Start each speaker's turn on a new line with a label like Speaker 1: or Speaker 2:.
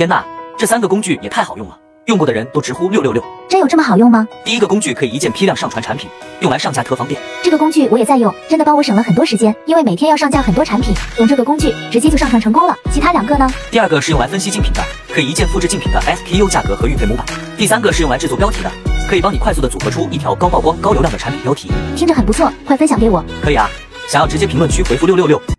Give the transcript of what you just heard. Speaker 1: 天呐，这三个工具也太好用了，用过的人都直呼六六六。
Speaker 2: 真有这么好用吗？
Speaker 1: 第一个工具可以一键批量上传产品，用来上架特方便。
Speaker 2: 这个工具我也在用，真的帮我省了很多时间，因为每天要上架很多产品，用这个工具直接就上传成功了。其他两个呢？
Speaker 1: 第二个是用来分析竞品的，可以一键复制竞品的 SKU 价格和预配模板。第三个是用来制作标题的，可以帮你快速的组合出一条高曝光、高流量的产品标题。
Speaker 2: 听着很不错，快分享给我。
Speaker 1: 可以啊，想要直接评论区回复六六六。